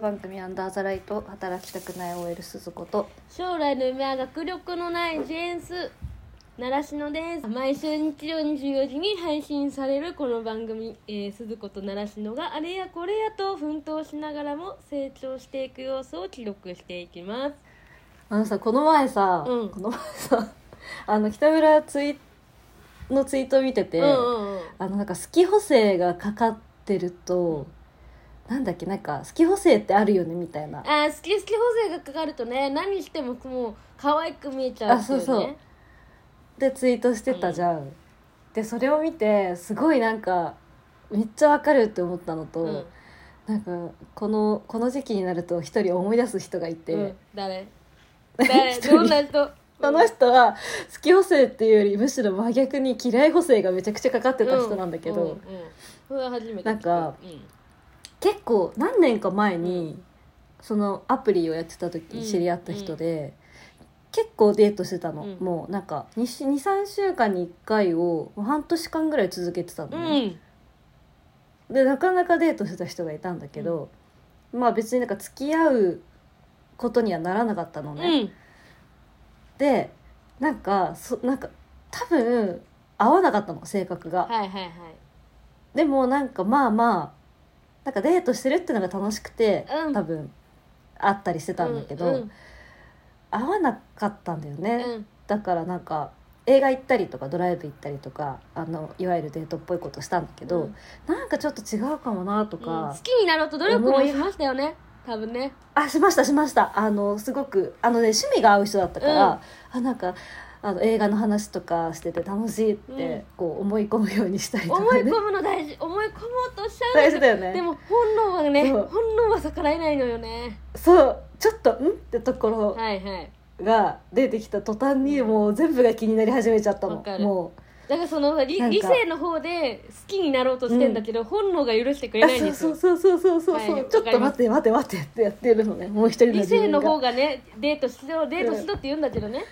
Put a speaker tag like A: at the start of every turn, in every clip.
A: 番組「アンダーザライト」働きたくない OL 鈴子と
B: 将来の夢は学力のないジェーンス習志野です毎週日曜24時に配信されるこの番組、えー、鈴子と習志野があれやこれやと奮闘しながらも成長していく様子を記録していきます
A: あのさこの前さ、
B: うん
A: この前さ あの北村ツイのツイートを見てて、
B: うんうんうん
A: あのなんか好き補正がかかってると、なんだっけなんか好き補正ってあるよねみたいな
B: あー好き好き補正がかかるとね何してももう可愛く見えちゃうって
A: あそ
B: い
A: うそう
B: ね
A: でツイートしてたじゃん、でそれを見てすごいなんかめっちゃわかるって思ったのと、
B: うん
A: なんかこのこの時期になると一人思い出す人がいて、
B: うん 誰誰
A: 一人
B: どんな人
A: その人は好き補正っていうよりむしろ真逆に嫌い補正がめちゃくちゃかかってた人なんだけど、
B: うんうんそれは初めて聞く
A: なんか
B: うん
A: 結構何年か前に、そのアプリをやってた時
B: うん
A: 知り合った人で、結構デートしてたの、
B: うん
A: もうなんか23週間に1回をもう半年間ぐらい続けてたのね、
B: ん
A: でなかなかデートしてた人がいたんだけど、まあ別になんか付き合うことにはならなかったのね、
B: うん
A: でなんかそなんか多分合わなかったの性格が、
B: はいはいはい
A: でもなんかまあまあなんかデートしてるっていうのが楽しくて、
B: うん
A: 多分会ったりしてたんだけど、
B: うん
A: 合わなかったんだよ
B: う
A: ね、
B: ん
A: だからなんか映画行ったりとかドライブ行ったりとかあのいわゆるデートっぽいことしたんだけど、
B: うん
A: なんかちょっと違うかもなと
B: うん
A: か
B: 好、きになろうと努力もしましたよね多分ね
A: あしましたしましたあのすごくあの、ね、趣味が合う人だったから、あなんかあの映画の話とかしてて楽しいって、
B: うん
A: こう思い込むようにしたりと
B: 思
A: か、ね、
B: い込むの大事思い込もうとしちゃうんだ
A: 大
B: け
A: 事
B: ど
A: だよね
B: でも本能はね
A: そう
B: 本能は逆らえないのよね
A: そうちょっと「ん?」ってところ
B: はいはい
A: が出てきた途端にもう全部が気になり始めちゃった
B: わ
A: の
B: かる
A: も
B: だからその理
A: なんか
B: 理性の方で好きになろうとしてんだけど、本能が許してく
A: う
B: れ
A: あ
B: ないんです
A: そ
B: よ
A: うそうそうそうそうそう、
B: はい
A: ちょっと待
B: わ
A: っ
B: か
A: て待って待ってってやってるのねもう一人の
B: 理
A: 自
B: 性
A: 分が
B: の方がねデートしろデートしろって言うんだけどね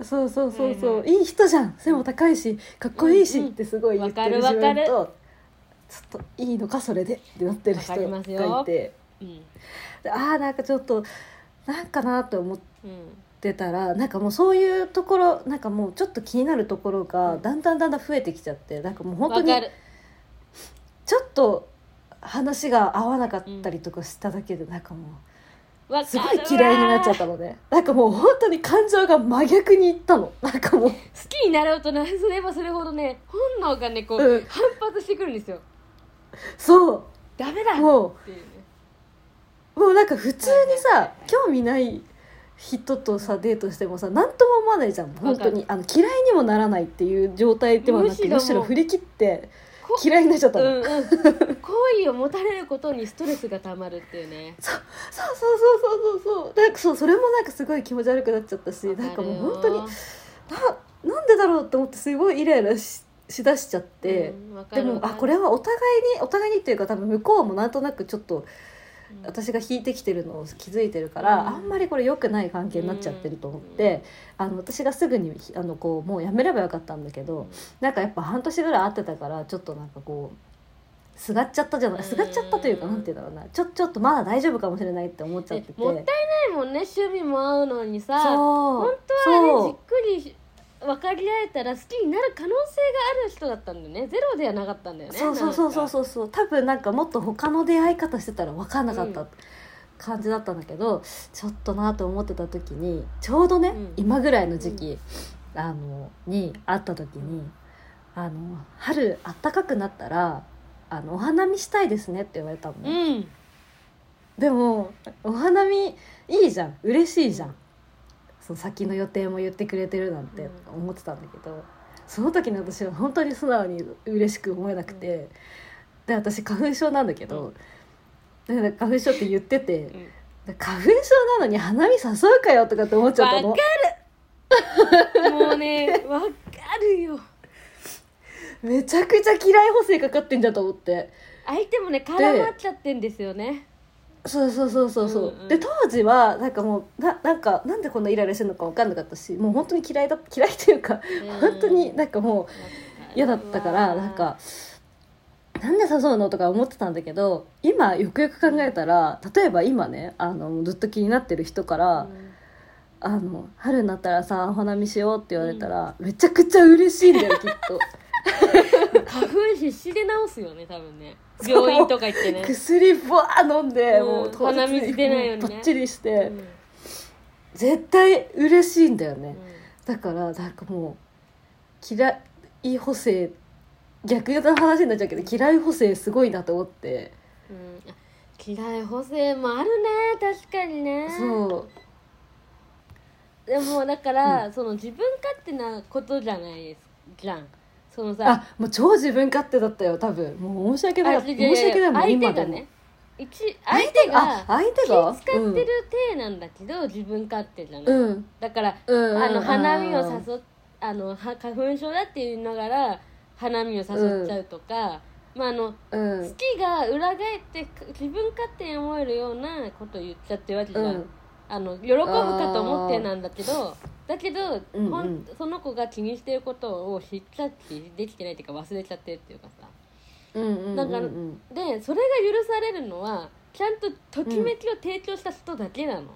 A: そうそうそうそう、
B: うん
A: いい人じゃん背も高いしかっこいいし
B: うんうん
A: ってすごい言ってる
B: わか
A: 自
B: る
A: 分
B: わかる
A: と、ちょっといいのかそれでってなってる人
B: わかり
A: が
B: ま
A: い
B: すよ
A: て
B: うん
A: でああんかちょっとなんかなと思って。
B: うん
A: ってたらなんかもうそういうところなんかもうちょっと気になるところがだんだんだんだん増えてきちゃってなんかもう本当
B: わ
A: に
B: かる
A: ちょっと話が合わなかったりとかしただけでなんかも
B: わか
A: う
B: る
A: すごい嫌いになっちゃっ
B: わ
A: たのねなんかもう本当に感情が真逆にいったの なんかもう
B: 好きになろうとなすればそれほどね本能がねこう、
A: うん
B: 反発してくるんですよ
A: そ
B: ダメだ
A: うも
B: っていうね
A: うもうなんか普通にさ興味ない人とさデートしてもさ何とも思わないじゃん本当にあの嫌いにもならないっていう状態ではな
B: むし
A: く
B: ろも
A: む
B: う
A: しろ振り切って
B: こ
A: 嫌いになっちゃった
B: う
A: の。
B: んうん好意を持たれることにストレスがたまるっていうね
A: そうそうそうそうそうそうなんかそうそれもなんかすごい気持ち悪くなっちゃったしなんかもう本当に
B: わか
A: ななんでだろうって思ってすごいイライラししだしちゃっ
B: るよ
A: て、
B: うんわか
A: で
B: る
A: も
B: わか
A: あ
B: る
A: これはお互いにお互いにっていうか多分向こうもなんとなくちょっと
B: うん
A: 私が引いてきてるのを気づいてるから、
B: うん
A: あんまりこれ良くない関係になっちゃってると思って、あの私がすぐにあのこうもうやめればよかったんだけど、なんかやっぱ半年ぐらい会ってたからちょっとなんかこうすがっちゃったじゃないすがっちゃったというか
B: うん
A: なんていうんだろうなちょちょっとまだ大丈夫かもしれないって思っちゃってて。
B: えもったいないもんね趣味も合うのにさ
A: そう
B: 本当は
A: そ
B: ねじっくりし分かり合えたら好きになる可能性がある人だったんだよねゼロではなかったんだよね
A: そうそうそうそう
B: う
A: そうそう多分なんかもっと他の出会い方してたら分かんなかった
B: うん
A: 感じだったんだけど、ちょっとなと思ってた時にちょうどね、
B: うん
A: 今ぐらいの時期、あのに会った時に「あの春あったかくなったらあのお花見したいですね」って言われたのね、
B: うん
A: でもお花見いいじゃん嬉しいじゃんその先の予定も言ってくれてるなんて
B: うん
A: 思ってたんだけど、その時の私は本当に素直に嬉しく思えなくて、で私花粉症なんだけど、だから花粉症って言ってて、
B: ん
A: 花粉症なのに花見誘うかよとかって思っちゃったの
B: わもうねわかるよ
A: めちゃくちゃ嫌い補正かかってんじゃんと思って
B: 相手もね絡まっちゃってんですよね
A: そうそうそうそうそう、
B: うんうん
A: で当時はなんかもうななんかなんでこんなイライラしてるのか分かんなかったしもう本当に嫌いだ嫌いっていうか、
B: うん
A: 本当になんかもう
B: わかるわ
A: 嫌だったからなんかなんで誘うのとか思ってたんだけど今よくよく考えたら例えば今ねあのずっと気になってる人から「あの春になったらさお花見しよう」って言われたら、めちゃくちゃ嬉しいんだよきっ と
B: 花粉必死で治すよね多分ね病院とか行ってね、
A: 薬ぶわー飲んで、
B: うん
A: もう当日
B: 鼻水出ないように
A: も
B: ね
A: うばっちりし
B: う
A: て、
B: ん
A: 絶対嬉しいんだよね、
B: うん
A: だからなんかもう嫌い補正逆の話になっちゃうけど嫌い補正すごいなと思って、
B: うんあ嫌い補正もあるね確かにね
A: そう
B: でもだから、その自分勝手なことじゃないですじゃんそのさ
A: あもう超自分勝手だったよ多分もう申し訳なかった
B: 違う違う
A: 申し訳ないもん
B: 相
A: 今
B: 手
A: で
B: が
A: も
B: ね一相手
A: あ
B: が
A: 相手
B: 気
A: が
B: 使ってる体なんだけど、自分勝手じゃない、
A: うん、うん
B: だから、
A: うんうん
B: あの花見を
A: う
B: 誘っあのは花粉症だって言いながら花見を誘っちゃうとか、まああの
A: ん
B: 好きが裏返って自分勝手に思えるようなこと言っちゃってるわけじ
A: う
B: ゃん、
A: ん
B: あの喜ぶかと思ってなんだけどだけど、
A: うんうん
B: ほんその子が気にしてることを知っちゃってできてないっていうか忘れちゃってるっていうかさ
A: うんうん
B: なんか
A: うん
B: でそれが許されるのはちゃんとときめきを提供した人だけなの、
A: うん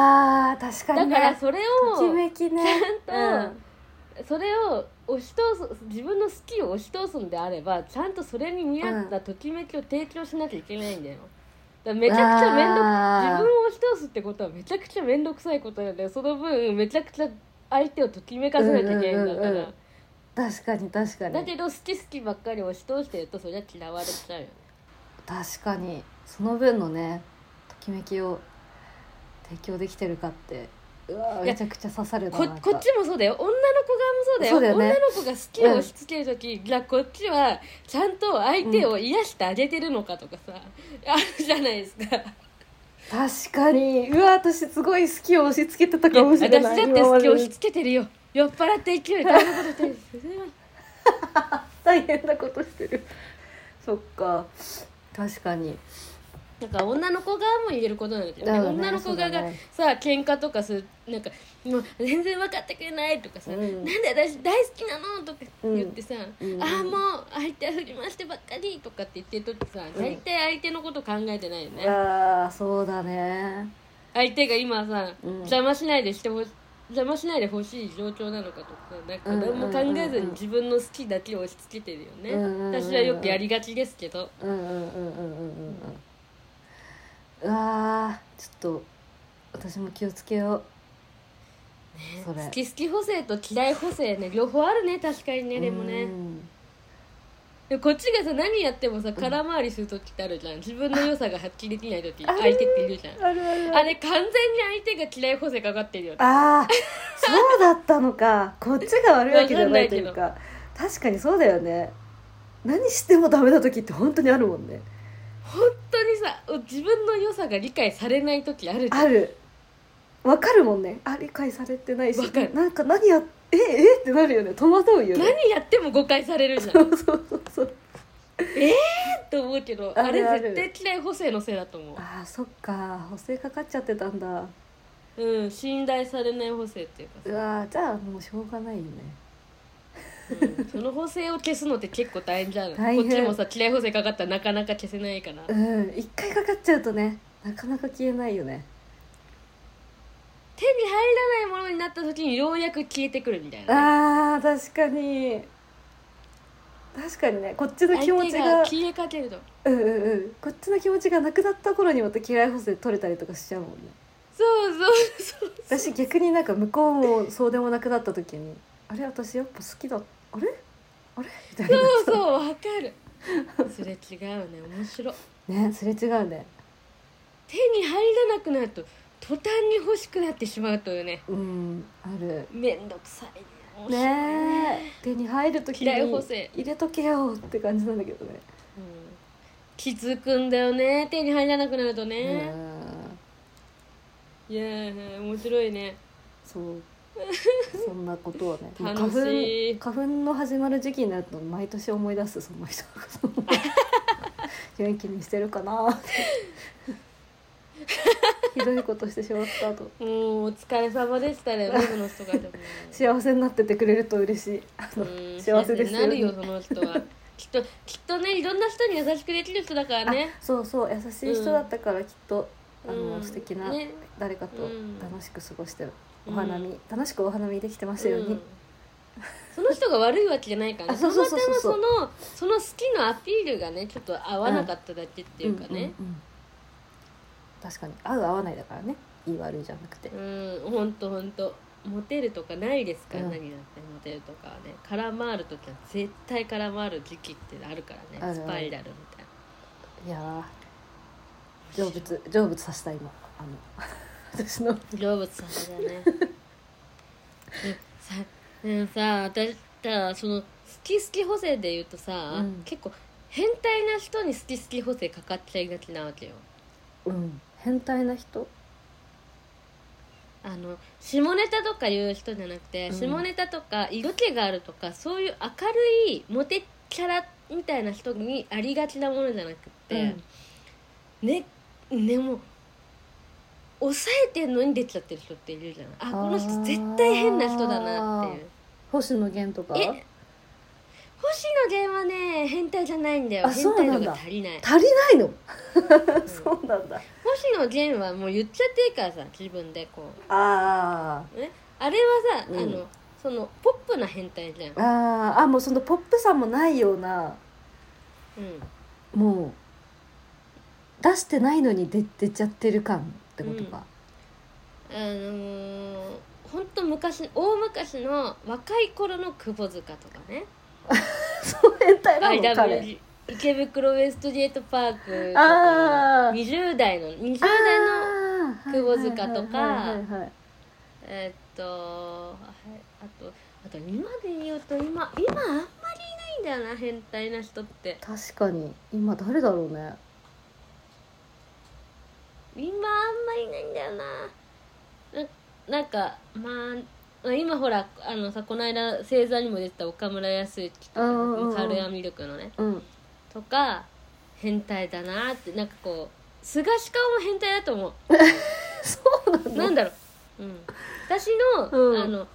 A: あー確か
B: だ
A: に、ね、
B: からそれを
A: ときめきね
B: ちゃんとそれを押し通す自分の好きを押し通すんであればちゃんとそれに見合ったときめきを提供しなきゃいけないんだよだからめちゃくちゃ面倒
A: あー
B: 自分を押し通すってことはめちゃくちゃ面倒くさいことなのでその分めちゃくちゃ相手をときめかせなきゃいけないんだから、
A: うんうんうんうん確かに確か
B: だ
A: に
B: けど好き好きばっかり押し通してるとそりゃ嫌われちゃうよね
A: 確かにその分のねときめきを提供できてるかってうわー
B: いや
A: めちゃくちゃ刺さるな
B: こ
A: なんか
B: こっちもそうだよ女の子側もそうだよ
A: そうだよね
B: 女の子が好きを押し付ける時、じゃあこっちはちゃんと相手を癒してあげてるのかとかさ、あるじゃないですか
A: 確かにうわ私すごい好きを押し付けてた
B: いや
A: かもしれ
B: 私だ
A: な
B: っ
A: い
B: て
A: 今ま
B: 好
A: で
B: きを押し付けてるよ酔っ払って勢いであんなことしてる
A: 大変なことしてる そっか確かに
B: なんか女の子側も言えることなんだけどね
A: だよね
B: 女の子
A: そ
B: 側
A: う
B: が
A: だね
B: さ、喧嘩とかするなんかもう全然分かってくれないとかさ、
A: うん
B: なんで私大好きなのとか言ってさ、
A: うん
B: ああもう相手振り回してばっかりとかって言ってる時さ
A: ん
B: 大体相手のこと考えてないよね、
A: ああそうだね
B: 相手が今さ、
A: うん
B: 邪魔しないでしてほ邪魔しないでほしい状況なのかとかなんか
A: うん
B: 何も考えず
A: うんう
B: に
A: ん
B: 自分の好きだけを押し付けてるよね、
A: うんうんうんうん
B: 私はよくやりがちですけど
A: うんうんうんうんうんうんうんうわーちょっと私も気をつけようそれ
B: 好き好き補正と嫌い補正ね両方あるね確かにねでもね、
A: うん
B: でこっちがさ何やってもさ空回りする時ってあるじゃん自分の良さが発揮できない時
A: あ
B: 相手っているじゃん
A: あるある
B: あれ完全に相手が嫌い補正かかってるよね
A: ああそうだったのかこっちが悪いわけじゃないというか確かにそうだよね何してもダメな時って本当にあるもんね
B: 本当にさ自分の良さが理解されない時あるじゃん
A: あるわかるもんねあ理解されてないし
B: わかる
A: なんか何やええってなるよね戸惑うよね
B: 何やっても誤解されるじゃん
A: そうそうそうそう
B: と思うけどあ
A: あるある
B: れ絶対嫌い補正のせいだと思
A: あーそっか補正かかっちゃってたんだ
B: ううん信頼されない補正っていうか
A: う
B: さ、
A: わーじゃあもうしょうがないよね
B: うんその補正を消すのって結構大変じゃん
A: 大
B: こ
A: 変
B: っちもさ嫌い補正かかったらなかなか消せないから
A: うん一回かかっちゃうとねなかなか消えないよね
B: 手に入らないものになった時にようやく消えてくるみたいな
A: あー確かに確かにねこっちの気持
B: 相
A: ち
B: 手
A: が
B: が消えかけると
A: うんうんうんこっちの気持ちがなくなった頃にまた嫌い補正取れたりとかしちゃうもんね
B: そうそうそう
A: 私逆になんか向こうもそうでもなくなった時にあれ私やっぱ好きだあれあれみたいな
B: そうそうわかるそれ違うね面白い
A: ねすれ違うね
B: 手に入らなくなると途端に欲しくなってしまうというね
A: うんある
B: めんどくさい面白い
A: ねえ手に入る時に
B: 嫌い補正
A: 入れとけよって感じなんだけどね
B: うん気づくんだよね手に入らなくなるとね、
A: うん
B: いやー面白いね
A: そう そんなことをね
B: 楽
A: 花粉
B: しい
A: 花粉の始まる時期になると毎年思い出すその人の こと元気にしてるかなって ひどいことしてしまったと
B: もうお疲れ様でしたねウェブの人 がでも
A: 幸せになっててくれると嬉しいあの
B: うん
A: 幸せです
B: にな
A: よ、
B: るよ
A: ね、
B: その人はきっときっとねいろんな人に優しくできる人だからね
A: あそうそう優しい人だったからきっと、あの
B: うん
A: 素敵な
B: ね
A: 誰かと
B: うん
A: 楽しく過ごしてる、
B: うん
A: お花見楽しくお花見できてますよう
B: う
A: に
B: ん、その人が悪いわけじゃないからね
A: あそうそうそうそう
B: たまたまそのその好きのアピールがねちょっと合わなかっただけっていうか
A: ん
B: ね
A: んん確かに合う合わないだからねいい悪いじゃなくて、
B: うんほんとほんとモテるとかないですから、
A: うん
B: 何だってモテるとかはね空回る時は絶対空回る時期ってあるから
A: あるある
B: ねスパイラルみたいない
A: やー成仏成仏させた今あの 私の
B: 動物さんだ ねでさでもさ私たらその好き好き補正で言うとさ、
A: うん
B: 結構変態な人に好き好き補正かかっちゃいがちなわけよ
A: うん変態な人
B: あの下ネタとか言う人じゃなくて、
A: うん
B: 下ネタとか色気があるとかそういう明るいモテキャラみたいな人にありがちなものじゃなくって、ねねもう抑えてんのに出ちゃってる人っているじゃないあこの
A: あ
B: 人
A: ー
B: 絶対変な人だなっていう
A: 星野源とか
B: え星野源はね変態じゃないんだよ
A: あ
B: 変
A: そう
B: 態
A: な
B: 度
A: んだ
B: が足りない
A: 足りないの、
B: ん
A: そうなんだ
B: 星野源はもう言っちゃっていいからさ自分でこ
A: あ
B: うねあれはさ、
A: うん
B: あのそのポップな変態じゃん
A: ー、あーあもうそのポップさもないような
B: うん、
A: もう出してないのに出出ちゃってる感ってことか、
B: あのー、ほんと昔大昔の若い頃の窪塚とかね
A: そう変態なの彼
B: IW 池袋ウエストゲートパークと
A: あー
B: か20代の20
A: あ
B: 代の
A: ー
B: 窪塚とか
A: はいはいはいはい
B: えーっとああとあと今で言うと今今あんまりいないんだよな変態な人って
A: 確かに今誰だろうね
B: 今あんまりいないんだよなななんかまあ今ほらあのさこの間星座にも出てた岡村康之とか
A: うんうんうん
B: カルヤミルクのね
A: うん
B: とか変態だなってなんかこう菅氏顔も変態だと思
A: そうなん
B: う
A: だ
B: なんだろう、うん、私の,、
A: うん
B: あの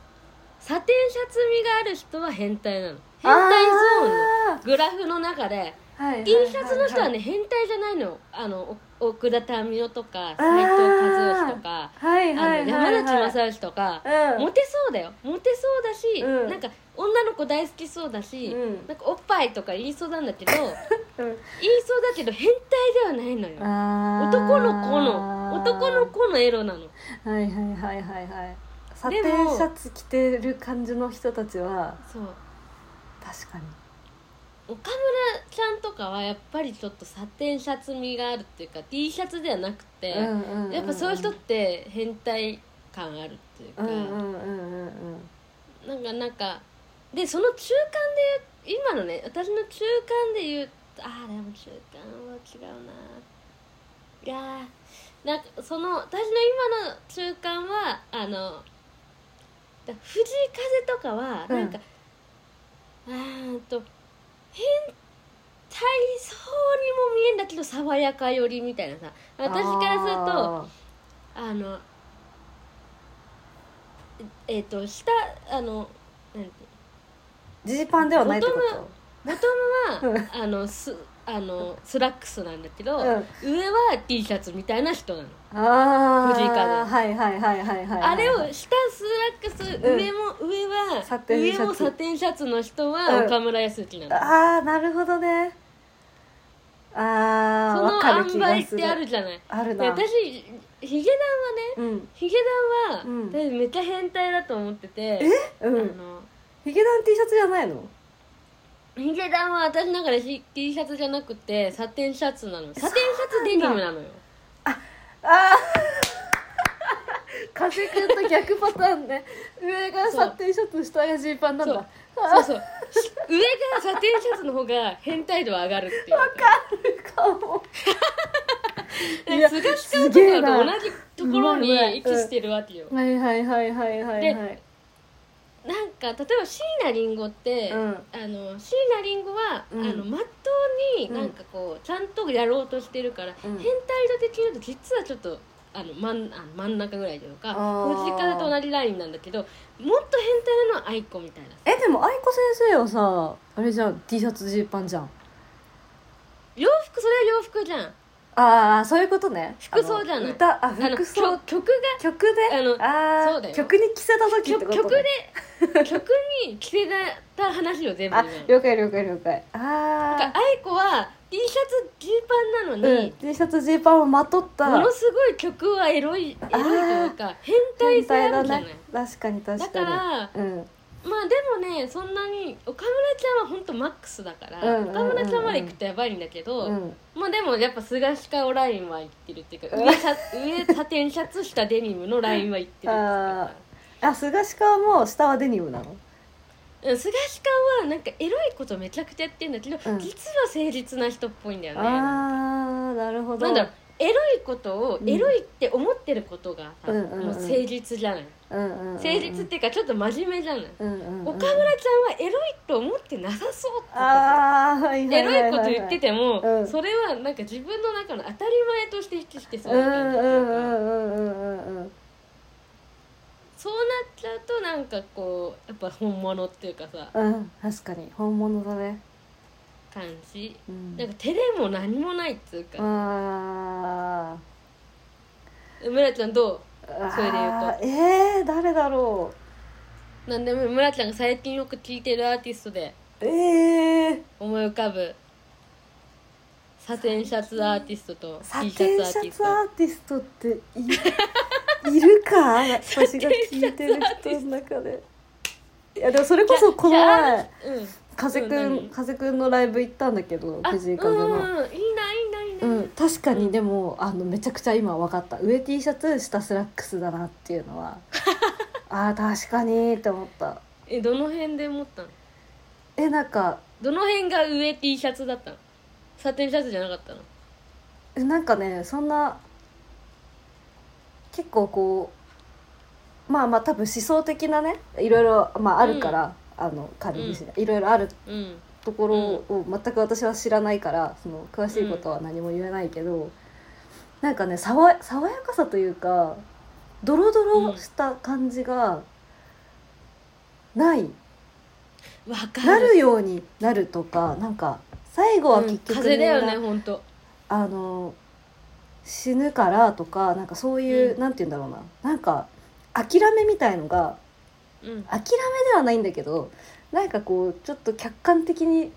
B: サテンシャツ味がある人は変態なの変態ゾーンの
A: あ
B: グラフの中で
A: ーはいはいはいはい
B: T シャツの人はね変態じゃないのあのお奥田民生とか
A: あー
B: 斎藤和義とか
A: はい
B: あ
A: はいは
B: の
A: い
B: 山
A: はい
B: 口正義とか
A: うん
B: モテそうだよモテそうだし、
A: うん
B: なんか女の子大好きそうだし、
A: うん
B: なんかおっぱいとか言いそうなんだけど言い
A: うん
B: そうだけど変態ではないのよ
A: あー
B: 男の子の男の子のエロなの
A: はいはいはいはいはいサテ
B: で
A: ン
B: も
A: シャツ着てる感じの人たちは
B: そう
A: 確かに
B: 岡村ちゃんとかはやっぱりちょっとサテンシャツ味があるっていうか T シャツではなくて、
A: うんうんうん
B: やっぱそういう人って変態感あるっていうか、
A: うんうんうんうんうん
B: なんかなんかでその中間で言う今のね私の中間で言うああでも中間は違うないやーなんかその私の今の中間はあのだ藤井風とかは
A: うん
B: なんか、あーんと変態そうにも見えんだけど爽やか寄りみたいなさ私からすると
A: あ
B: あのえっ、えーと下あのなんて
A: ージーパンではないってこ
B: ボ トムはあのすあのスラックスなんだけど、
A: とうん
B: 上は T シャツみたいな人なの、
A: あー
B: 藤井風
A: はいはいはいはいはい
B: あれを下スラックス、
A: うん
B: 上も上は
A: サテンシャツ
B: 上もサテンシャツの人
A: う
B: は
A: ん
B: 岡村康之なの、
A: ああなるほどねああわかる
B: そ
A: 気
B: の塩梅
A: が
B: っ
A: す
B: て
A: る
B: あるじゃない
A: ある
B: で
A: な
B: 私ヒゲダンはね
A: うん
B: ヒゲダンは、
A: うん
B: 私めっちゃ変態だと思ってて
A: う
B: あ
A: ん
B: の
A: ヒゲダン T シャツじゃないの
B: ヒゲダンは私の中でヒ T シャツじゃなくてサテンシャツなのサテンシャツデニムなのよ
A: ああ 風くんと逆パターンね上がサテンシャツ下がジーパンなんだ
B: そう
A: あ
B: そうそうし上がサテンシャツの方が変態度は上がるっていう
A: ーか もい
B: で
A: や
B: 菅氏
A: す
B: と
A: げえ
B: かと
A: な
B: 同じところに位置してるわけよ、
A: はいはいはいはいはいはい
B: なんか例えば椎名林檎って、
A: うん
B: あの椎名林檎は、
A: うん
B: あのまっとうになんかこうちゃんとやろうとしてるから、
A: うん
B: 変態度的に言うと実はちょっとあの真んあの真ん中ぐらいというか
A: あー
B: 藤井風と同じラインなんだけどもっとと変態なのは愛子みたいなさ
A: えでも愛子先生はさあれじゃん T シャツジーパンじゃん
B: 洋服それは洋服じゃん
A: ああそういうことね
B: 服装じゃない
A: あの歌あ
B: あの
A: 服
B: 曲
A: 装
B: 曲が
A: 曲で
B: あの
A: あー
B: そうだよ
A: 曲に着せた時って
B: 曲
A: こと、ね、
B: 曲で曲に着せた話を全部
A: あ
B: 言うの
A: 了解了解了解
B: なん
A: あ
B: か愛子は T シャツジーパンな
A: ー
B: の
A: うん
B: に、
A: T シャツジーパンをまとった
B: ものすごい曲はエロいエロいというか変態性あるじゃない、
A: 確かに確かに
B: だか
A: う
B: ら
A: ん
B: まあでもねそんなに岡村ちゃんは本当マックスだから、
A: うんうんうんうん
B: 岡村ちゃんまで行くとやばいんだけど、
A: うん
B: まあでもやっぱ菅氏かラインは行ってるっていうか、
A: うん
B: 上さ上サテンシャツ下デニムのラインは行ってるっていう
A: あ
B: か
A: あ菅氏川も下はデニムなの
B: うん菅氏かはなんかエロいことめちゃくちゃやってるんだけど、
A: うん
B: 実は誠実な人っぽいんだよねな
A: ああなるほ
B: ん
A: ど
B: だろうエロいことを
A: うん
B: エロいって思ってることがさ、
A: うんうんうん
B: もう誠実じゃない
A: うんうんうんうん
B: 誠実っていうかちょっと真面目じゃない、
A: うんうんうん
B: 岡村ちゃんはエロいと思ってなさそうってことさ
A: ああはいはいはい
B: エロ
A: はいい
B: こと言ってても、
A: うん
B: それはなんか自分の中の当たり前として引きしてそう
A: うんう
B: な感じ
A: ん
B: だ
A: うんうんう
B: から
A: んうんうん
B: そうなっちゃうとなんかこうやっぱ本物っていうかさ
A: うん確かに本物だね
B: 感じ
A: うん
B: なんか照れも何もないっつうか
A: あ
B: 村ちゃん
A: ー
B: ど
A: あ
B: それで
A: 言うとえー、誰だろ
B: うなんでも村ちゃんが最近よく聴いてるアーティストで
A: うえー、
B: 思い浮かぶサテンシャツアーティストと
A: サ
B: T シ
A: テ
B: ャ
A: ン
B: ツ
A: シ
B: アーティ
A: ャ
B: ス
A: ツ
B: ト
A: アーティストって いいるか私が聞いてる人の中でいやでもそれこそこの前
B: うん
A: 風く
B: うん
A: ん
B: 何
A: 風くんのライブ行ったんだけど
B: あうん
A: 藤井風の。
B: うんいいないいないいな、
A: うん、確かにでもあのめちゃくちゃ今分かった上 T シャツ下スラックスだなっていうの はあー確かにって思った
B: えどの辺で思ったの
A: えなんか
B: どの辺が上 T シャツだったのサテンシャツじゃなかったの
A: えなんかねそんな結構こうまあまあ多分思想的なねいろいろ、まあ、あるから、あの管理士いろいろある
B: うん
A: ところを全く私は知らないからその詳しいことは何も言えないけど、なんかね爽や爽やかさというかドロドロした感じがない、
B: わかる
A: なるようになるとかなんか最後は
B: う
A: 結
B: ん
A: 局
B: 風だ
A: みんな
B: よね本当
A: あの死ぬからとかなんかそういう、
B: うん
A: なんて言うんだろうななんか諦めみたいのが
B: うん
A: 諦めではないんだけどなんかこうちょっと客観的に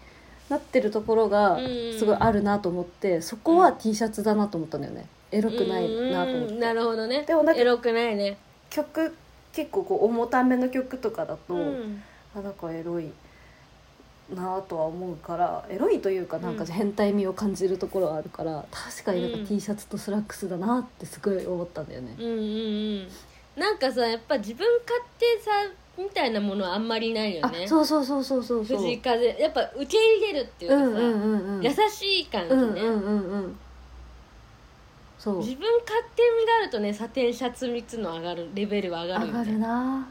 A: なってるところが
B: うんうんうん
A: すごいあるなと思って、そこは T シャツだなと思ったんだよねエロくないなと思って、
B: うんなるほどね
A: でもなんか
B: エロくないね
A: 曲結構こう重ための曲とかだと、
B: うん
A: あなんかエロいなとは思うからエロいというかなんか
B: うん
A: 変態味を感じるところはあるから、確かになん
B: うん
A: か T シャツとスラックスだなってすごい思ったんだよね
B: う。んうんうんなんかさやっぱ自分勝手さみたいなものはあんまりないよ
A: あ
B: ね
A: そうそうそうそうそうそう。
B: 藤井風やっぱ受け入れるっていう
A: う
B: かさ、
A: んうんうんうん。
B: 優しい感じ
A: う
B: ね、
A: んうんうんうん。そう
B: 自分勝手味があるとねサテンシャツ密の上がるレベルは上がる
A: 上
B: よ
A: がる
B: ね
A: な。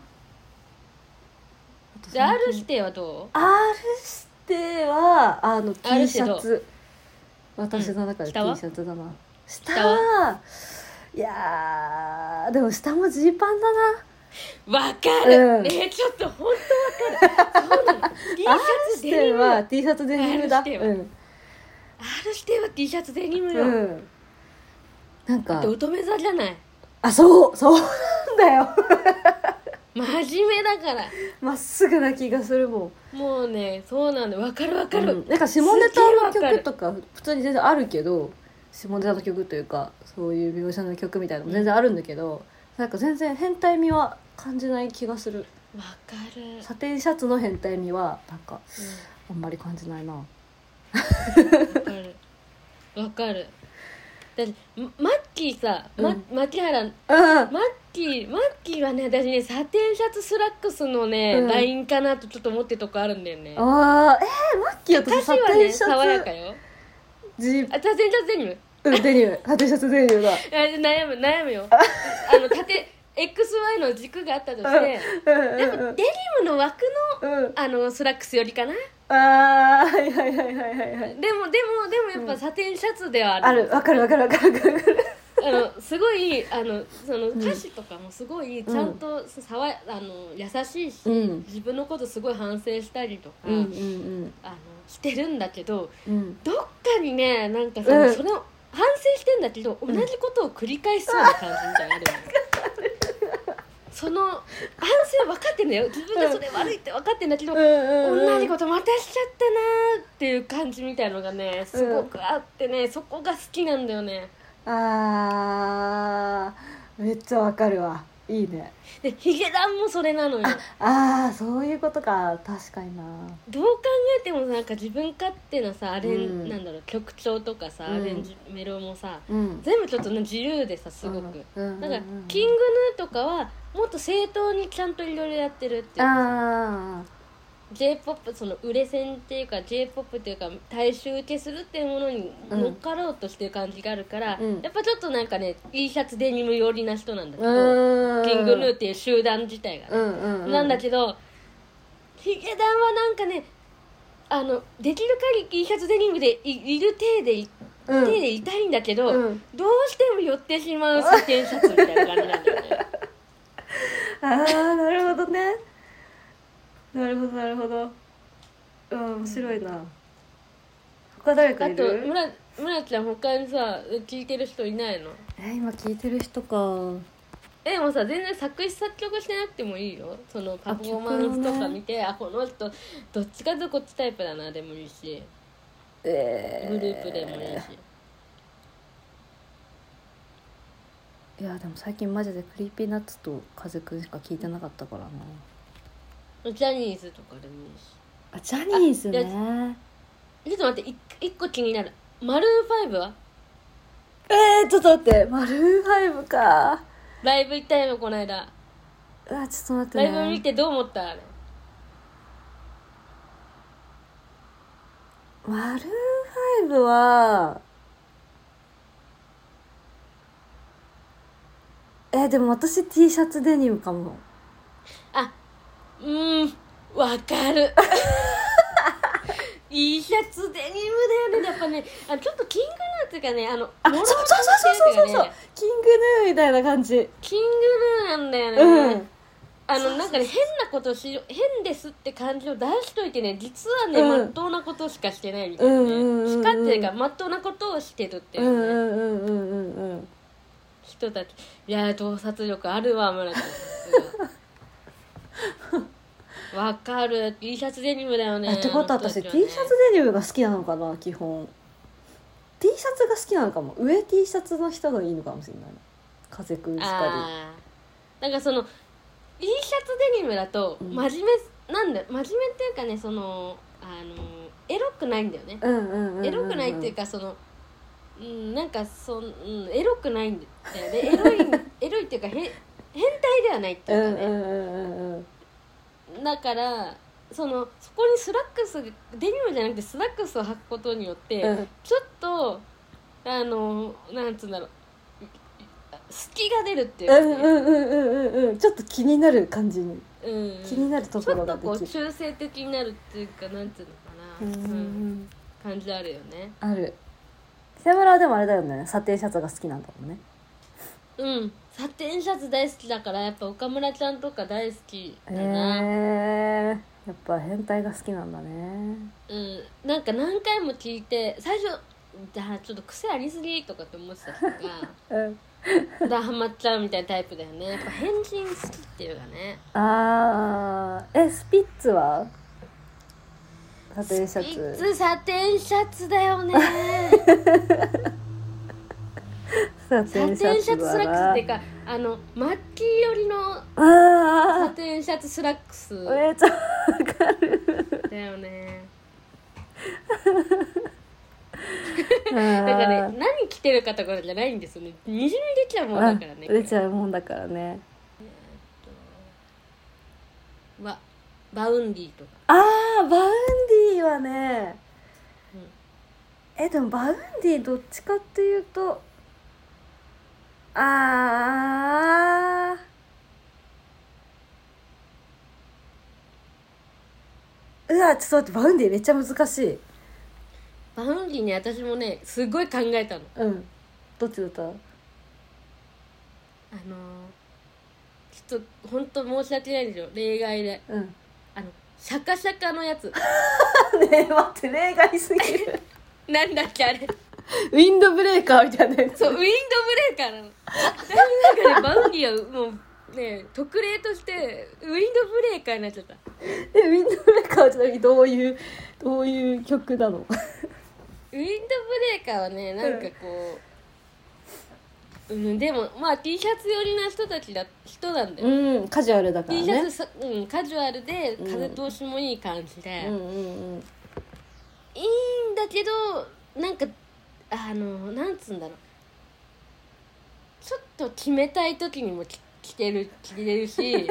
B: じゃあ
A: あ
B: R
A: と最
B: 指
A: 近
B: 定はど
A: R してはあの
B: R
A: T
B: して
A: シ
B: どう
A: ャツ私の中で T
B: 下
A: シ
B: は
A: ャツだな下
B: 下
A: いやーでも下もジーパンだな
B: うわかる、
A: うん
B: ねちょっと本当わかるそ うなの T シャ
A: R
B: ツ
A: し
B: デニ
A: て
B: ム R
A: は T シャツデニムだ
B: R しては
A: うん、
B: 指定は T シャツデニムよ、
A: う
B: だ
A: ん、なん
B: っ
A: か
B: て乙女座じゃない
A: あそうそうなんだよ
B: 真面目だから
A: まっすぐな気がするもん
B: もうねそうなんだわかるわか
A: う
B: る
A: ん、なんか下ネタの
B: すげえわかる
A: 曲とか普通に全然あるけど下ネタの曲というかそういう描写の曲みたいなのも全然あるんだけど、なんか全然変態味は感じない気がする
B: わかる、うん
A: サテンシャツの変態味はなんかあんまり感じないな
B: わかるわかるだってまマッキーさ、ま
A: うん
B: 牧原
A: うん
B: マッキーマッキーはね私ねサテンシャツスラックスのね、
A: うん
B: ラインかなとちょっと思ってるとこあるんだよね
A: あーえー、マッキー私
B: 私
A: サ
B: は
A: テ
B: ね
A: ンシ
B: 爽や
A: ャ
B: か
A: ツ
B: よ
A: ジー
B: あサテンシャツデニム
A: うんデニムサテンシャツデニムだ
B: あ悩む悩むよあの縦 XY の軸があったとして、
A: うんう
B: やっぱデ
A: ん
B: ニムの枠の
A: うんうん
B: あのスラックスよりかな
A: あーはいはいはいはいはいは
B: で
A: い
B: もでもでもやっぱサテンシャツではあ
A: あ
B: る、
A: るわかるわかるわかるわかる
B: あのすごいあのその歌詞とかもすごいちゃんとさわあの優しいし、
A: うん
B: 自分のことすごい反省したりとか、
A: うんうん
B: あのしてるんだけど
A: うんうん
B: どっかにねなんかその、
A: うん
B: それを反省してんだけど同じことを繰り返しそうな感じみた いなのあるよねその反省分かってんだよ自分がそれ悪いって分かってんだけど、同じことまたしちゃったなーっていう感じみたいのがねすごくあってね、そこが好きなんだよね
A: あーめっちゃわかるわいいね
B: でヒゲダンもそれなのよ
A: あーそういうことか確かにな
B: どう考えてもなんか自分勝手なさアレン、
A: うん
B: なんだろう曲調とかさ、
A: うん
B: アレンジメロもさ
A: うん
B: 全部ちょっとね自由でさすごく、
A: うん
B: なんかキングヌーとかはもっと正当にちゃんといろいろやってるっていうか
A: あ
B: j p o p その売れ線っていうか j p o p っていうか大衆受けするっていうものに乗っかろうとしてる感じがあるから、
A: うん
B: やっぱちょっとなんかね E シャツデニム寄りな人なんだけ
A: ーう
B: ど、
A: ん
B: キングヌーっていう集団自体がね、
A: うんうんう
B: なんだけどヒゲダンはなんかねあのできる限り E シャツデニムでいいる体でい
A: うん
B: 手でいたいんだけど、
A: うん
B: どうしても寄ってしまう世間シャツみたいな感じなんだよ ね
A: ああなるほどねなるほどなるほどうん面白いな他誰か
B: あ
A: い
B: と
A: る
B: 村村ちゃん他にさ聞いてる人いないの
A: え今聞いてる人か
B: えでもさ全然作詞作曲してなくてもいいよそのパフォーマンスとか見てあ,、この人どっちかというとこっちタイプだなでもいいし
A: え
B: グループでもいいし、
A: いやでも最近マジでクリーピーナッツと風くんしか聞いてなかったからな
B: ジャニーズとかでもいいし
A: あジャニーズね
B: あいちょっと待ってい一個気になるマルーン5は
A: えー、ちょっと待ってマルーンファイブか
B: ライブ行ったよこの間
A: うわちょっと待って
B: ラ
A: ね
B: イブ見てどう思ったあれ
A: マルーンファイブはえーでも私 T シャツデニムかも
B: あうーんわかる いいシャツデニムだよねやっぱねあちょっとキングヌーっていうかねあの
A: あそうそうそうそうそうそう、キングヌーみたいな感じ
B: キングヌーなんだよね、
A: うん
B: あのなんかね変なことしよ変ですって感じを出しといてね実はね
A: うん
B: ま、っとうなことしかしてないみたいなね、
A: うんうんうんうん
B: しかっていうかまっとうなことをしてるっていうう、ね
A: んうんうんうんうんうん
B: 人たちいやー洞察力あるわ村 ちゃんさすがわかる T シャツデニムだよね
A: えってことは
B: あの人
A: 私
B: た
A: T
B: ち
A: シ
B: は
A: ャ
B: ね
A: ツデニムが好きなのかな基本 T シャツが好きなのかも上 T シャツの人がいいのかもしれない風くんしか
B: あーなんかその E シャツデニムだと
A: うん
B: 真面目なんだ真面目っていうかねそのあのエロくないんだよね
A: りうんうんうんうんうん
B: エロくないっていうかそのうんなんかその、うん、エロくないんだよねエロい エロいっていうかへ変態ではないって
A: う
B: い
A: ん
B: う
A: うん
B: かね、
A: うんうんうん
B: だからそのそこにスラックスデニムじゃなくてスラックスを履くことによって、
A: うん
B: ちょっとあのなんつうんだろう隙が出るっていう
A: う
B: か
A: ん
B: ね、
A: うんうんうんうんうんちょっと気になる感じに
B: うん
A: 気になると
B: ち
A: こ
B: ょ
A: ろ
B: っと
A: が
B: こう
A: できる
B: 中性的になるっていうかなんつうのか
A: う
B: な、
A: んうんう
B: うん
A: ん
B: 感じあるよね
A: あるセムラはでもあれだよねサテンシャツが好きなんだもんね
B: うんサテンシャツ大好きだからやっぱ岡村ちゃんとか大好きだ
A: へえ
B: な、
A: やっぱ変態が好きなんだね
B: うんなんか何回も聞いて最初だちょっと癖ありすぎとかって思ってたとか
A: うん
B: だハマっちゃうみたいなタイプだよねやっぱ変人好きっていうかね
A: あーえスピッツはサテンシ
B: い
A: ャツ
B: つサテンシャツだよね
A: サ
B: サテンシャツスラックスっていうかあのマッキー寄りのサ
A: あ
B: テンシャツスラックス
A: あめっちゃ
B: だよね
A: だ
B: だからね何着てるかとかじゃないんですよねにじみ出ちゃうもんだからね
A: 出ちゃうもんだからね
B: わバウンディとか
A: ああバウンディはね、えでもバウンディどっちかっていうとああうわちょっと待ってバウンディめっちゃ難しい
B: バウンディね私もねすごい考えたの
A: うんどっちだった
B: のちょっと本当申し訳ないでしょ例外で
A: うん
B: あのシャカシャカのやつ
A: ねえ待って例外すぎる
B: なんだっけあれ
A: ウィンドブレーカーみたいなやつ
B: そうウィンドブレーカーなのだいぶなんかねバウンディはもうね特例としてウィンドブレーカーになっちゃった
A: えウィンドブレーカーはちなみにどういうどういう曲なの
B: ウィンドブレーカーはねなんかこう、うん、でもまあ T シャツ寄りな人たちだ人なんだよ、
A: うんカジュアルだから
B: T シャツ
A: ね
B: さ、うん、カジュアルで
A: うん
B: 風通しもいい感じで、
A: うん
B: い
A: うんうん
B: いんだけどなんかあのなんつうんだろうちょっと決めたい時にもき着てる着れる し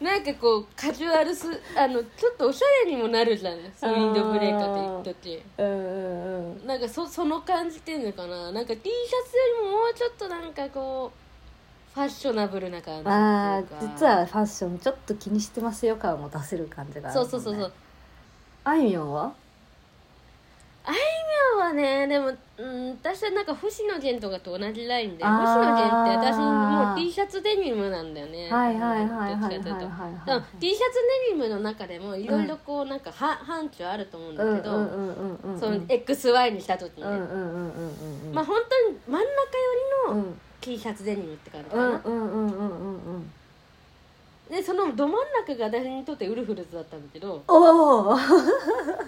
B: なんかこうカジュアルすあのちょっとおしゃれにもなるじゃないウィンドブレーカーって言った時。
A: うんうんうん
B: なんかそその感じっていうのかななんか T シャツよりももうちょっとなんかこうファッショナブルな感じっていうか
A: あー実はファッションちょっと気にしてますよ感も出せる感じがある
B: そ
A: もん
B: う
A: ね
B: そうそうそう
A: あいみょんは
B: 今日はねでも、うん、私はなんか星野源とかと同じラインで
A: あー
B: 星野源って私もう T シャツデニムなんだよね
A: はいはいはい
B: どっ
A: はいはい
B: ちかと
A: は
B: いう
A: いは
B: と
A: い
B: でも T シャツデニムの中でもいろいろこうなんかは範疇あると思うんだ
A: うん
B: け
A: うん
B: ど、
A: うんうんうん
B: その XY にした時に
A: うんうん
B: ね、
A: うんうんうんうん
B: まあ本当に真ん中より
A: う
B: の
A: ん
B: T シャツデニムって感じか
A: う
B: な、
A: んうんうんうんうんうん
B: でそのど真ん中が私にとってウルフルズだったんだけど
A: おお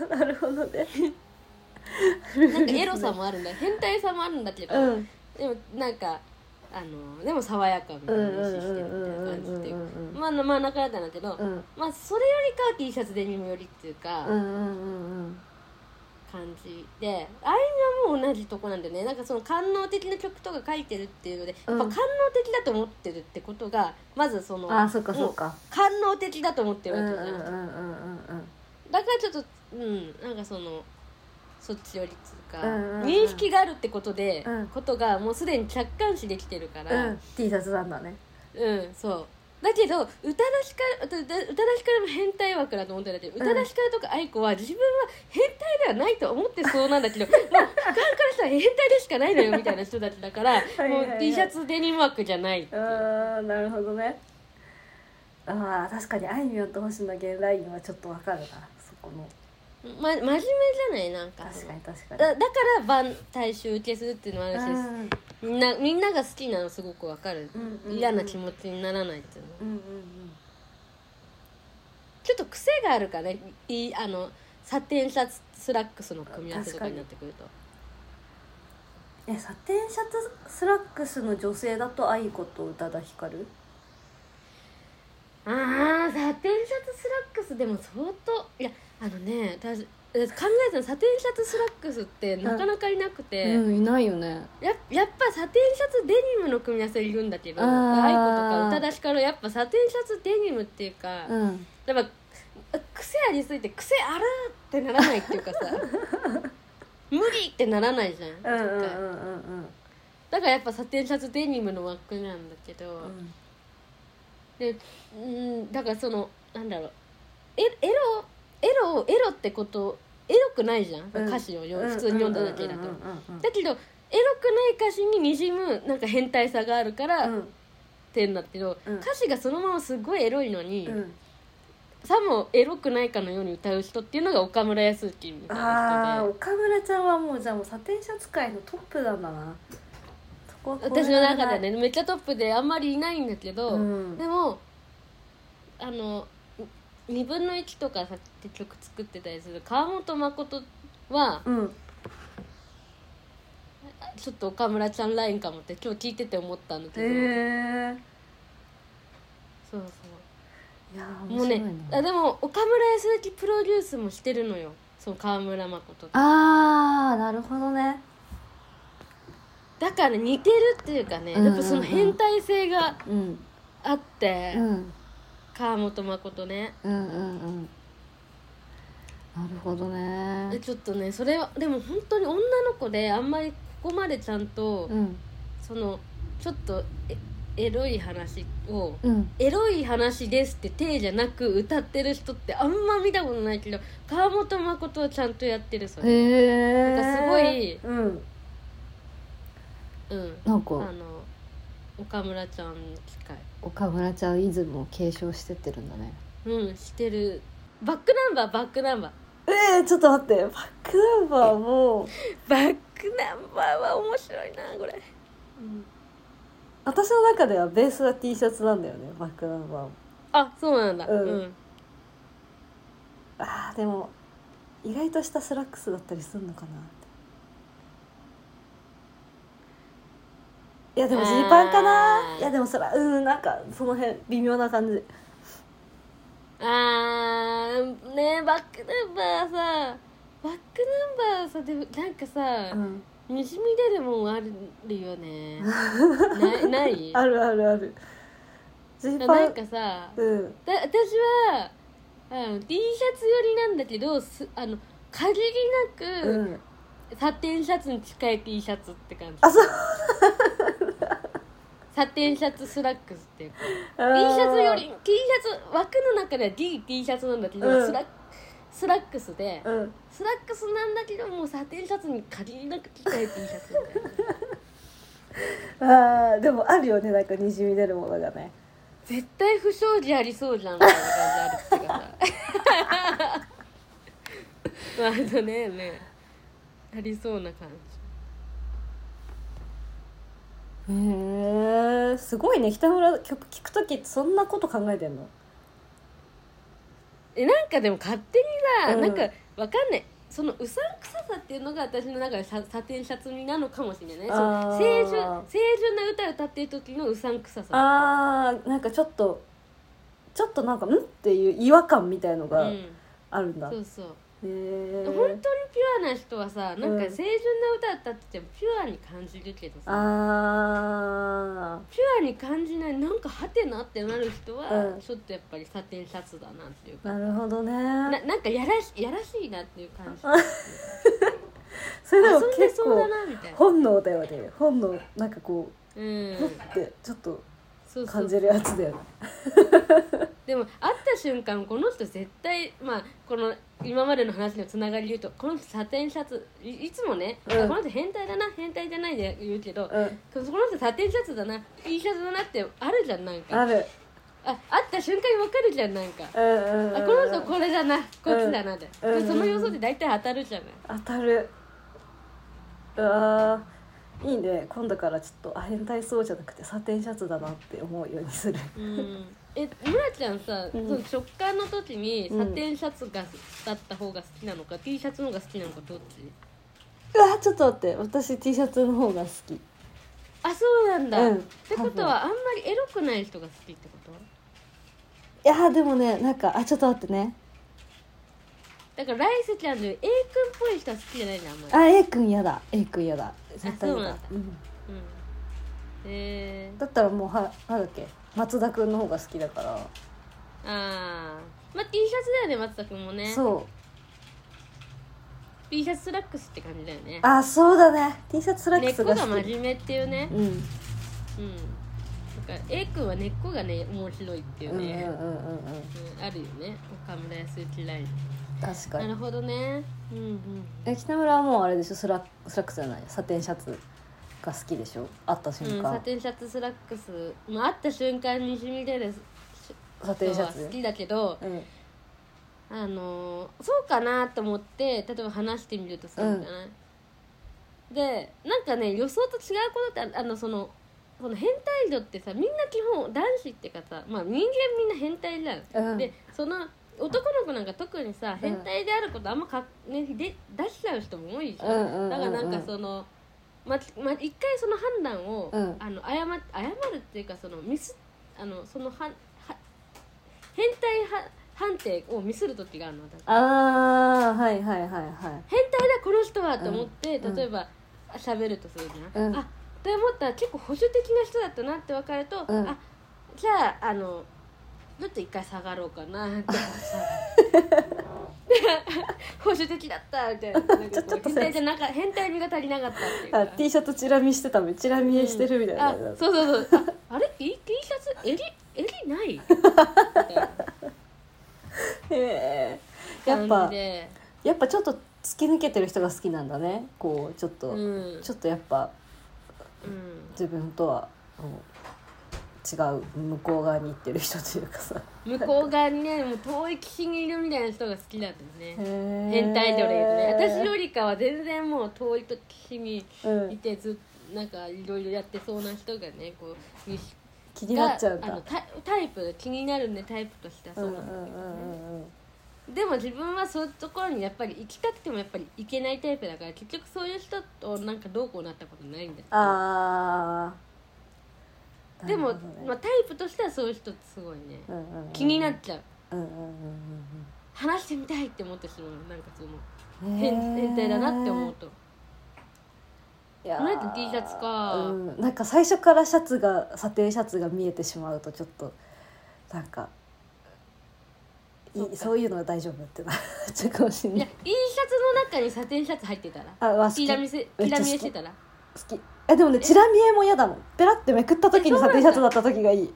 A: なるほどね
B: なんかエロさもあるんだ 変態さもあるんだけど、
A: うん
B: でもなんかあのでも爽やかみ
A: う
B: たい
A: んう
B: なん
A: うん
B: してるみたいな感じっていうか
A: うん
B: まあ真ん中だったんだけど、
A: うん
B: まあそれよりかは T シャツデニムよりっていうか、
A: うんうんうんうん
B: 感じであいみはもう同じとこなんだよねなんかその官能的な曲とか書いてるっていうので、
A: うん
B: やっぱ官能的だと思ってるってことがまずその
A: あーそっかそ
B: も
A: っか
B: 官能的だと思って
A: うん
B: る
A: う
B: わ
A: ん
B: け
A: うん
B: じ
A: う
B: ゃ
A: ん
B: ん
A: うんうん
B: だからちょっとうんなんかそのそっちよりっつうか、
A: うんうんうん
B: 認識があるってことで、
A: うん
B: ことがもうすでに客観視できてるから
A: うん T シャツなんだね
B: うんそうだけど宇多田ヒカル宇多田宇多田ヒカルも変態枠だと思ってるんだけど宇多田ヒカルとか愛子は自分は変態ではないと思ってそうなん だけどもう俯瞰からしたら変態でしかないのよみたいな人たちだから
A: はいはい
B: もう T シャツデニム枠じゃないっていう
A: あーなるほどねああ確かにあいみょんと星野源ラインはちょっとわかるなそこの
B: ま真面目じゃないなんか
A: 確かに確かに
B: だだから万大衆受けするっていうのもあるし
A: うん
B: みんなみんなが好きなのすごくわかる、
A: うんうん
B: 嫌な気持ちにならないっていうの
A: うんうん
B: ちょっと癖があるからねいいあのサテンシャツスラックスの組み合わせとかになってくると
A: うんえサテンシャツスラックスの女性だと愛子と宇多田ヒカル
B: あーサテンシャツスラックスでも相当いやあのね私私考えたのサテンシャツスラックスってなかなかいなくて、
A: んいないよね
B: ややっぱサテンシャツデニムの組み合わせいるんだけど
A: あー
B: 愛子とか宇多田ヒカルはやっぱサテンシャツデニムっていうか、
A: うん
B: やっぱ癖ありすぎて癖あるってならないっていう かさ無理ってならないじゃん,、
A: うんうんうん
B: 絶対
A: うんうん
B: だからやっぱサテンシャツデニムの枠なんだけど、でうんだからそのなんだろうエエロエロエロってことエロくないじゃん、
A: うん
B: 歌詞をよ
A: うん
B: 普通に読んだだけだと、
A: うんうんうんうん
B: だけどエロくない歌詞ににじむなんか変態さがあるから、
A: うん
B: ってんだけど、
A: うん
B: 歌詞がそのまますごいエロいのに、
A: うん
B: さもエロくないかのように歌う人っていうのが岡村康之みたい
A: ああ
B: な人で
A: 岡村ちゃんはもうじゃあもうサテンシャツ界のトップなんだなそこは超え
B: 私の
A: られ
B: 中
A: ない
B: でねめっちゃトップであんまりいないんだけど、
A: うん
B: でもあの2分の1とか作曲作ってたりする川本誠は
A: うん
B: ちょっと岡村ちゃんラインかもって今日聞いてて思ったんだけ
A: へ
B: ど、
A: え
B: そう
A: いやー
B: そ
A: 面
B: うもう
A: 白い
B: ね
A: な
B: あでも岡村康之プロデュースもしてるのよその川村誠と
A: ああなるほどね
B: だからね似てるっていうかね
A: うんうんう
B: や
A: ん
B: っぱその変態性が
A: うん
B: あって、
A: うん
B: 川本誠ね
A: うんうんうんなるほど
B: で
A: ね
B: ちょっとねそれはでも本当に女の子であんまりここまでちゃんと、
A: うん
B: そのちょっとエエロい話を
A: うん
B: エロい話ですって体じゃなく歌ってる人ってあんま見たことないけど川本誠はちゃんとやってるそ
A: へ
B: れ、
A: え
B: なんかすごい
A: うん
B: うん
A: なん
B: あ
A: か
B: の岡村ちゃん機会
A: 岡村ちゃんイズムを継承してってるんだね
B: うんしてるバックナンバーバックナンバー
A: えー、ちょっと待ってバックナンバーも
B: バックナンバーは面白いなこれ、
A: 私の中ではベースは T シャツなんだよねバックナンバーも
B: あそうなんだう、
A: うんんあーでも意外としたスラックスだったりするのかなっていやでも
B: あ
A: ジ
B: ー
A: ーパンかないやでもそらうんなんかその辺微妙な感じ
B: あーねバックナンバーさバックナンバーさでもなんかさ、
A: うん
B: にじみ出るもんある よねないない
A: あるあるあるジーパ
B: なん
A: ン
B: かさ
A: うん
B: だ私はあの T シャツ寄りなんだけどすあの限りなく、
A: うん
B: サテンシャツに近い T シャツって感じ
A: あそう
B: サテンシャツスラックスっていうか
A: T
B: T シャツより T シャツ枠の中では DT シャツなんだけど、
A: うん
B: スラッスラックスで、
A: うん
B: スラックスなんだけどもうサテンシャツに限りなく近い T シャツ みたいな
A: あーでもあるよねなんかにじみ出るものがね
B: 絶対不祥事ありそうじゃんみたいな感じあるっていうかさ割とねねありそうな感じ
A: へえすごいね北村曲聴く時そんなこと考えてんの
B: えなんかでも勝手にさ、
A: うん
B: なんかわかんないそのうさんくささっていうのが私の中でササテンシャツになのかもしれないその
A: あー
B: 清純清純な歌歌ってる時のうさんくささ
A: あーなんかちょっとちょっとなんか「ん?」っていう違和感みたいの
B: う
A: が
B: ん
A: あるんだ、
B: そ
A: へ
B: うそう
A: え
B: 本当にピュアな人はさなんか清純な歌歌っててもピュアに感じるけどさ、
A: あ
B: ピュアに感じないなんかハテナってなる人は、
A: うん
B: ちょっとやっぱりサテンシャツだなっていう
A: ー
B: か、
A: なるほど
B: な
A: ね
B: なんかやらしやらしいなっていう感じ
A: それでも
B: 遊んで
A: 結
B: そうだ
A: 構
B: なみたいな、
A: 本能だよね本能なんかこ
B: うん
A: うふってちょっと
B: そうそう
A: 感じるやつだよね
B: でも会った瞬間この人絶対まあこの今までの話のつながりで言うとこの人サテンシャツいいつもね、
A: うん
B: この人変態だな変態じゃないで言うけど、
A: うん
B: この人サテンシャツだな T シャツだなってあるじゃんなんか
A: ある
B: あ会った瞬間に分かるじゃんなんか、
A: うんうんうん
B: あこの人これだなこっちだなで、
A: うん
B: で
A: うん
B: その予想で大体当たるじゃない、
A: 当たるうわーいいね今度からちょっとあ変態そうじゃなくてサテンシャツだなって思うようにする
B: うん、え村ちゃんさ、
A: うん
B: その食感の時に
A: うん
B: サテンシャツがだった方が好きなのか、T シャツの方が好きなのかどっ
A: う
B: ち
A: わちょっと待って私 T シャツの方が好き
B: あそうなんだ、
A: うん
B: ってことはあんまりエロくない人が好きってこと
A: いやーでもねなんかあちょっと待ってね
B: だから来世ちゃんで A 君っぽい人は好きじゃないじゃんあんまり
A: あ A 君嫌だ A 君嫌だ絶対嫌
B: あ
A: だ
B: そ
A: う
B: う
A: ん
B: うんえー、
A: だったらもうはなんだっけ松田君の方が好きだから、
B: あーまあ T シャツだよね松田君もね
A: そう
B: T シャツスラックスって感じだよね
A: うあそうだね T シャツスラッ
B: 根
A: ク
B: っこ
A: スが
B: が
A: 好
B: 真
A: き
B: 面目っていうね
A: うん
B: うんだから A 君は根っこがね面白いってい
A: うんう
B: う
A: う
B: ん
A: ん
B: ね、うん
A: うんうん
B: あるよね岡村康之ライン
A: 確か
B: な
A: に
B: るほどねうんうん
A: え北村はもうあれでしょスラスラックスじゃないサテンシャツが好きでしょ会った
B: う
A: 瞬
B: ん、
A: 間、
B: サテンシャツスラックス、まあ、会った瞬間にしみ出る
A: サテ
B: 人
A: ンシャ
B: は
A: ツ
B: 好きだけど、
A: うん
B: あのーそうかなと思って例えば話してみるとそうじゃない、でなんかね予想と違うことってああのそのこの変態度ってさみんな基本男子ってかさ、まあ、人間みんな変態じゃん、
A: うん
B: でその男の子なんか特にさ変態であることあんまか、ね、で出しちゃう人も多いじゃん
A: うんうんうんうん
B: だからなんかその、まま、一回その判断を、
A: うん
B: あの謝謝るっていうかそのミスあのそのはは変態は判定をミスる時があるのだ
A: ああはいはいはいはい
B: 変態だこの人はと思って、
A: うん
B: 例えば喋るとするじゃん、
A: うん
B: あって思ったら結構保守的な人だったなって分かると、
A: うん
B: あじゃああのちょっと一回下がろうかなって 保守的だったみたいななんかこう変態じゃなか変態味が足りなかったっていうか
A: あ T シャツチラ見してたチラ見えしてるみたいな、
B: あそうそうそうああれ T, T シャツ襟 襟ないみたいな
A: へえやっ
B: 感
A: ぱ
B: じで
A: やっぱちょっと突き抜けてる人が好きなんだねこうちょっと、
B: うん
A: ちょっとやっぱ
B: うん
A: 自分とはもう違う向こう側に行ってる人というかさ
B: 向こう側にねもう遠い岸にいるみたいな人が好きだったね変
A: 変
B: 態奴隷でね私よりかは全然もう遠い岸に
A: う
B: い
A: ん、
B: てずっとなんかいろいろやってそうな人がねこうに
A: 気になっちゃうん
B: があの
A: だ
B: タイタイプが気になるねタイプとしては
A: う
B: そ
A: ん
B: う
A: うんうん
B: なだ
A: んうんうん
B: でも自分はそういうところにやっぱり行きたくてもやっぱり行けないタイプだから結局そういう人となんかどうこうなったことないんだけど
A: ああ
B: でも、まあ、
A: ね、
B: タイプとしてはそういう人ってすごいね、
A: うんうんうん
B: 気になっちゃう
A: うんうんうん
B: 話してみたいって思ってしまうなんかその
A: うんうん
B: 変,、
A: へー
B: 変態だなって思うと
A: いやー
B: この間 T シャツか
A: うん、なんか最初からシャツがサテンシャツが見えてしまうとちょっとなんかい
B: そっ
A: そ
B: か
A: ういうのは大丈夫ってなっちゃうかもしれ
B: い
A: な
B: や
A: い
B: E シャツの中にサテンシャツ入ってたら
A: あ、まあ、好
B: チ
A: き
B: ラ
A: 好
B: 見せチラ見えしてたら
A: きえでもねチラ見えも嫌だもんペラってめくった時に
B: えそう
A: サ
B: なん
A: テ
B: だ
A: ンシャツだった時がいい、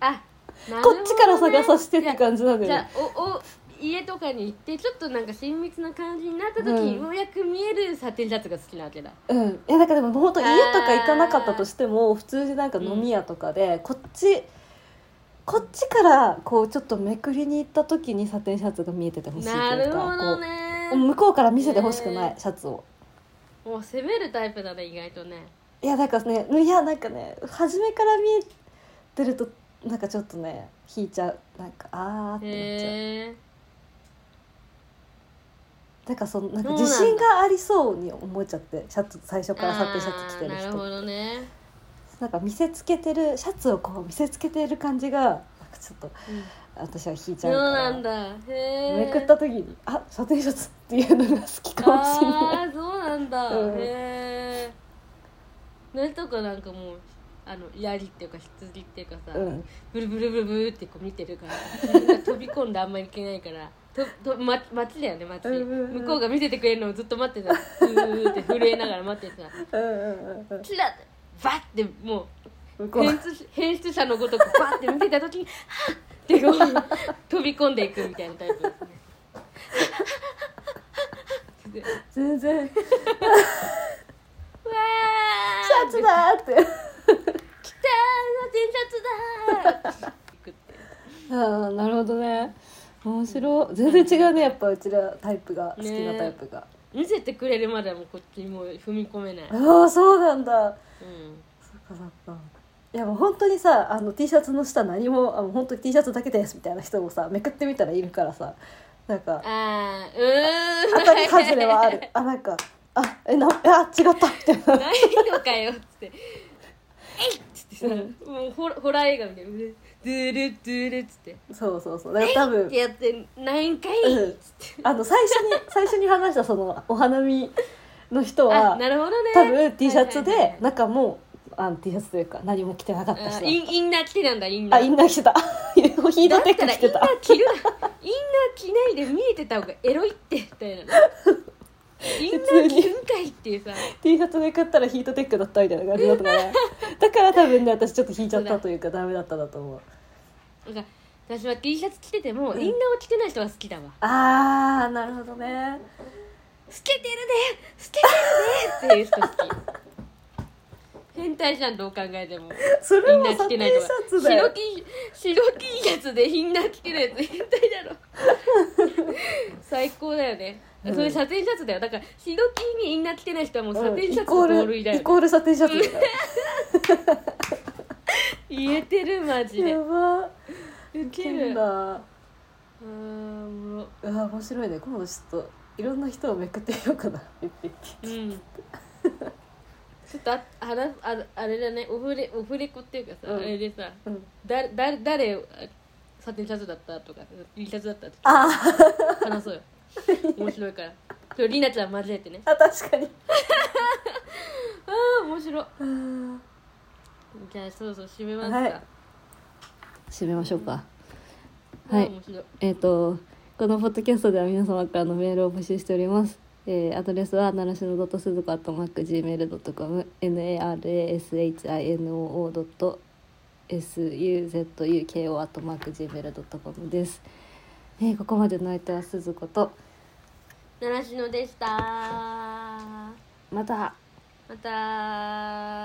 B: あな
A: こ
B: るほどね
A: っちから探させてって感じなんだ
B: じ
A: よ
B: ゃ
A: ね
B: あおお家とかに行ってちょっとなんか親密な感じになった時に、
A: うん
B: ようやく見えるサテンシャツが好きなわけだ
A: うんえなんかでも本当
B: あ
A: 家
B: ー
A: とか行かなかったとしても普通になんか飲み屋とかで、こっちこっちからこうちょっとめくりに行った時にサテンシャツが見えててほしいというか
B: なるほ
A: こう
B: どね
A: 向こうから見せてほしくない、
B: ね
A: シャツを
B: もう攻めるタイプだね意外とね
A: いやなんかねいやなんかね初めから見えてるとなんかちょっとね引いちゃうなんかあーってなっちゃう、
B: へえ
A: なんかそのなんか
B: そうなんだ
A: 自信がありそうに思っちゃってシャツ最初からサテンシャツ着てる
B: な
A: 人
B: るほどね、
A: なんか見せつけてるシャツをこう見せつけてる感じがなんかちょっと
B: うん
A: 私は引いち
B: そ
A: ゃ
B: う
A: うか
B: な
A: ら
B: んだへえ
A: めくった時に「あサテンシャツ」っていうのが好きかもしれない。
B: ああそうなんだ、
A: うん
B: へえなんとかなんかもうあの槍っていうか羊っていうか
A: う
B: さ、
A: ん、
B: ブルブルブルブルってこう見てるから自分が飛び込んであんまりいけないからとと、ま、街だよね街
A: うんうんうん
B: 向こうが見せてくれるのをずっと待ってたうーって震えながら待ってさ
A: うんうんうん
B: チラッてバッても
A: うん向
B: う
A: こう
B: 変質変質者のごとくバッて見てた時にハッってこう飛び込んでいくみたいなタイプですね。で
A: 全然「シ
B: うわー
A: ャツだ!」って。
B: 来たー電車だー
A: ああなるほどね面白い全然違うねやっぱうちらタイプが好きなタイプが、
B: 見せてくれるまではもうこっちにもう踏み込めない、
A: ああそうなんだ
B: うん、
A: そっかそっかいやもう本当にさあの T シャツの下何もあの本当に T シャツだけですみたいな人もさめくってみたらいるからさなんか
B: あーうーん
A: 当たり外れは あるあなんかあえなあ違ったみたい な
B: ないのかよっつって「えいっ!」つってさ、もうホラホラー映画みたいな「ドゥルドゥル」っつって
A: そうそうそうだから多
B: 「っ
A: 分
B: てやってないんかい!」
A: うん
B: っつって
A: あの最初に最初に話したそのお花見の人
B: あ
A: は
B: なるほどね
A: 多分 T シャツ
B: はいはい
A: で
B: はい
A: 中もあの T シャツというか何も着てなかった
B: あ
A: 人だ
B: インインナー着てたんだインナ
A: あ、
B: ー
A: インナー着てた。 ヒー
B: だ
A: ト
B: っ
A: テッ
B: た
A: ク
B: らイ
A: 着て
B: ンナー
A: た。
B: 着るなインナー着ないで見えてた方がエロいってみ たいなインナー着るんかいっていうさ
A: T シャツめくったらヒートテックだったみたいな感じだった から。だから多分ね、私ちょっと引いちゃったというか、ダメだったんだと思う。
B: なんか私は T シャツ着てても、
A: うん
B: インナーを着てない人が好きだわ
A: あー、なるほどね。
B: 透けてるね透けてるねっていう人好き変態じゃんどう考えても
A: そ
B: イ
A: れ
B: ンナ
A: も
B: ー
A: サテ
B: 着て
A: ン
B: ない
A: シ
B: と
A: ャ
B: か
A: ツだ
B: 白
A: よ。
B: き白 T シャツでインナー着てるやつ変態だろ 最高だよね、
A: うん
B: それサテンシャツだよだから白 T にインナー着てない人はもうサテンシャツ
A: イ
B: と
A: コ
B: 同
A: ー
B: 類だ
A: ル、
B: よね
A: イコールサテンシャツ だよ。
B: 言えてるマジで
A: やば。
B: ウ
A: 着
B: ケ
A: てん
B: る
A: だ。
B: あ
A: う
B: ーおもろ
A: わ、面白いね。今度ちょっと、いろんな人をめくってみようかな。ピッピッ
B: う
A: ピッ
B: んちょっとああらああれだねオフレオフレコっていうかさ、
A: うん
B: あれでさ
A: うん
B: だだ誰あサテンシャツだったとか T シャツだったとか
A: あー
B: 話そうよ面白いから今日りなちゃん交えてね
A: あ、確かに。
B: ああ面白い
A: あ
B: じゃあそろそろ締めますか、
A: はいー締めましょうか。
B: あー
A: はい
B: 面白い
A: えっ、と、このポッドキャストでは皆様からのメールを募集しております。えーアドレスは、ならしの .suzuko.gmail.com、narashino.suzuko.gmail.com です。えーここまでの相手はすずこと、
B: 奈良しのでしたま
A: また
B: た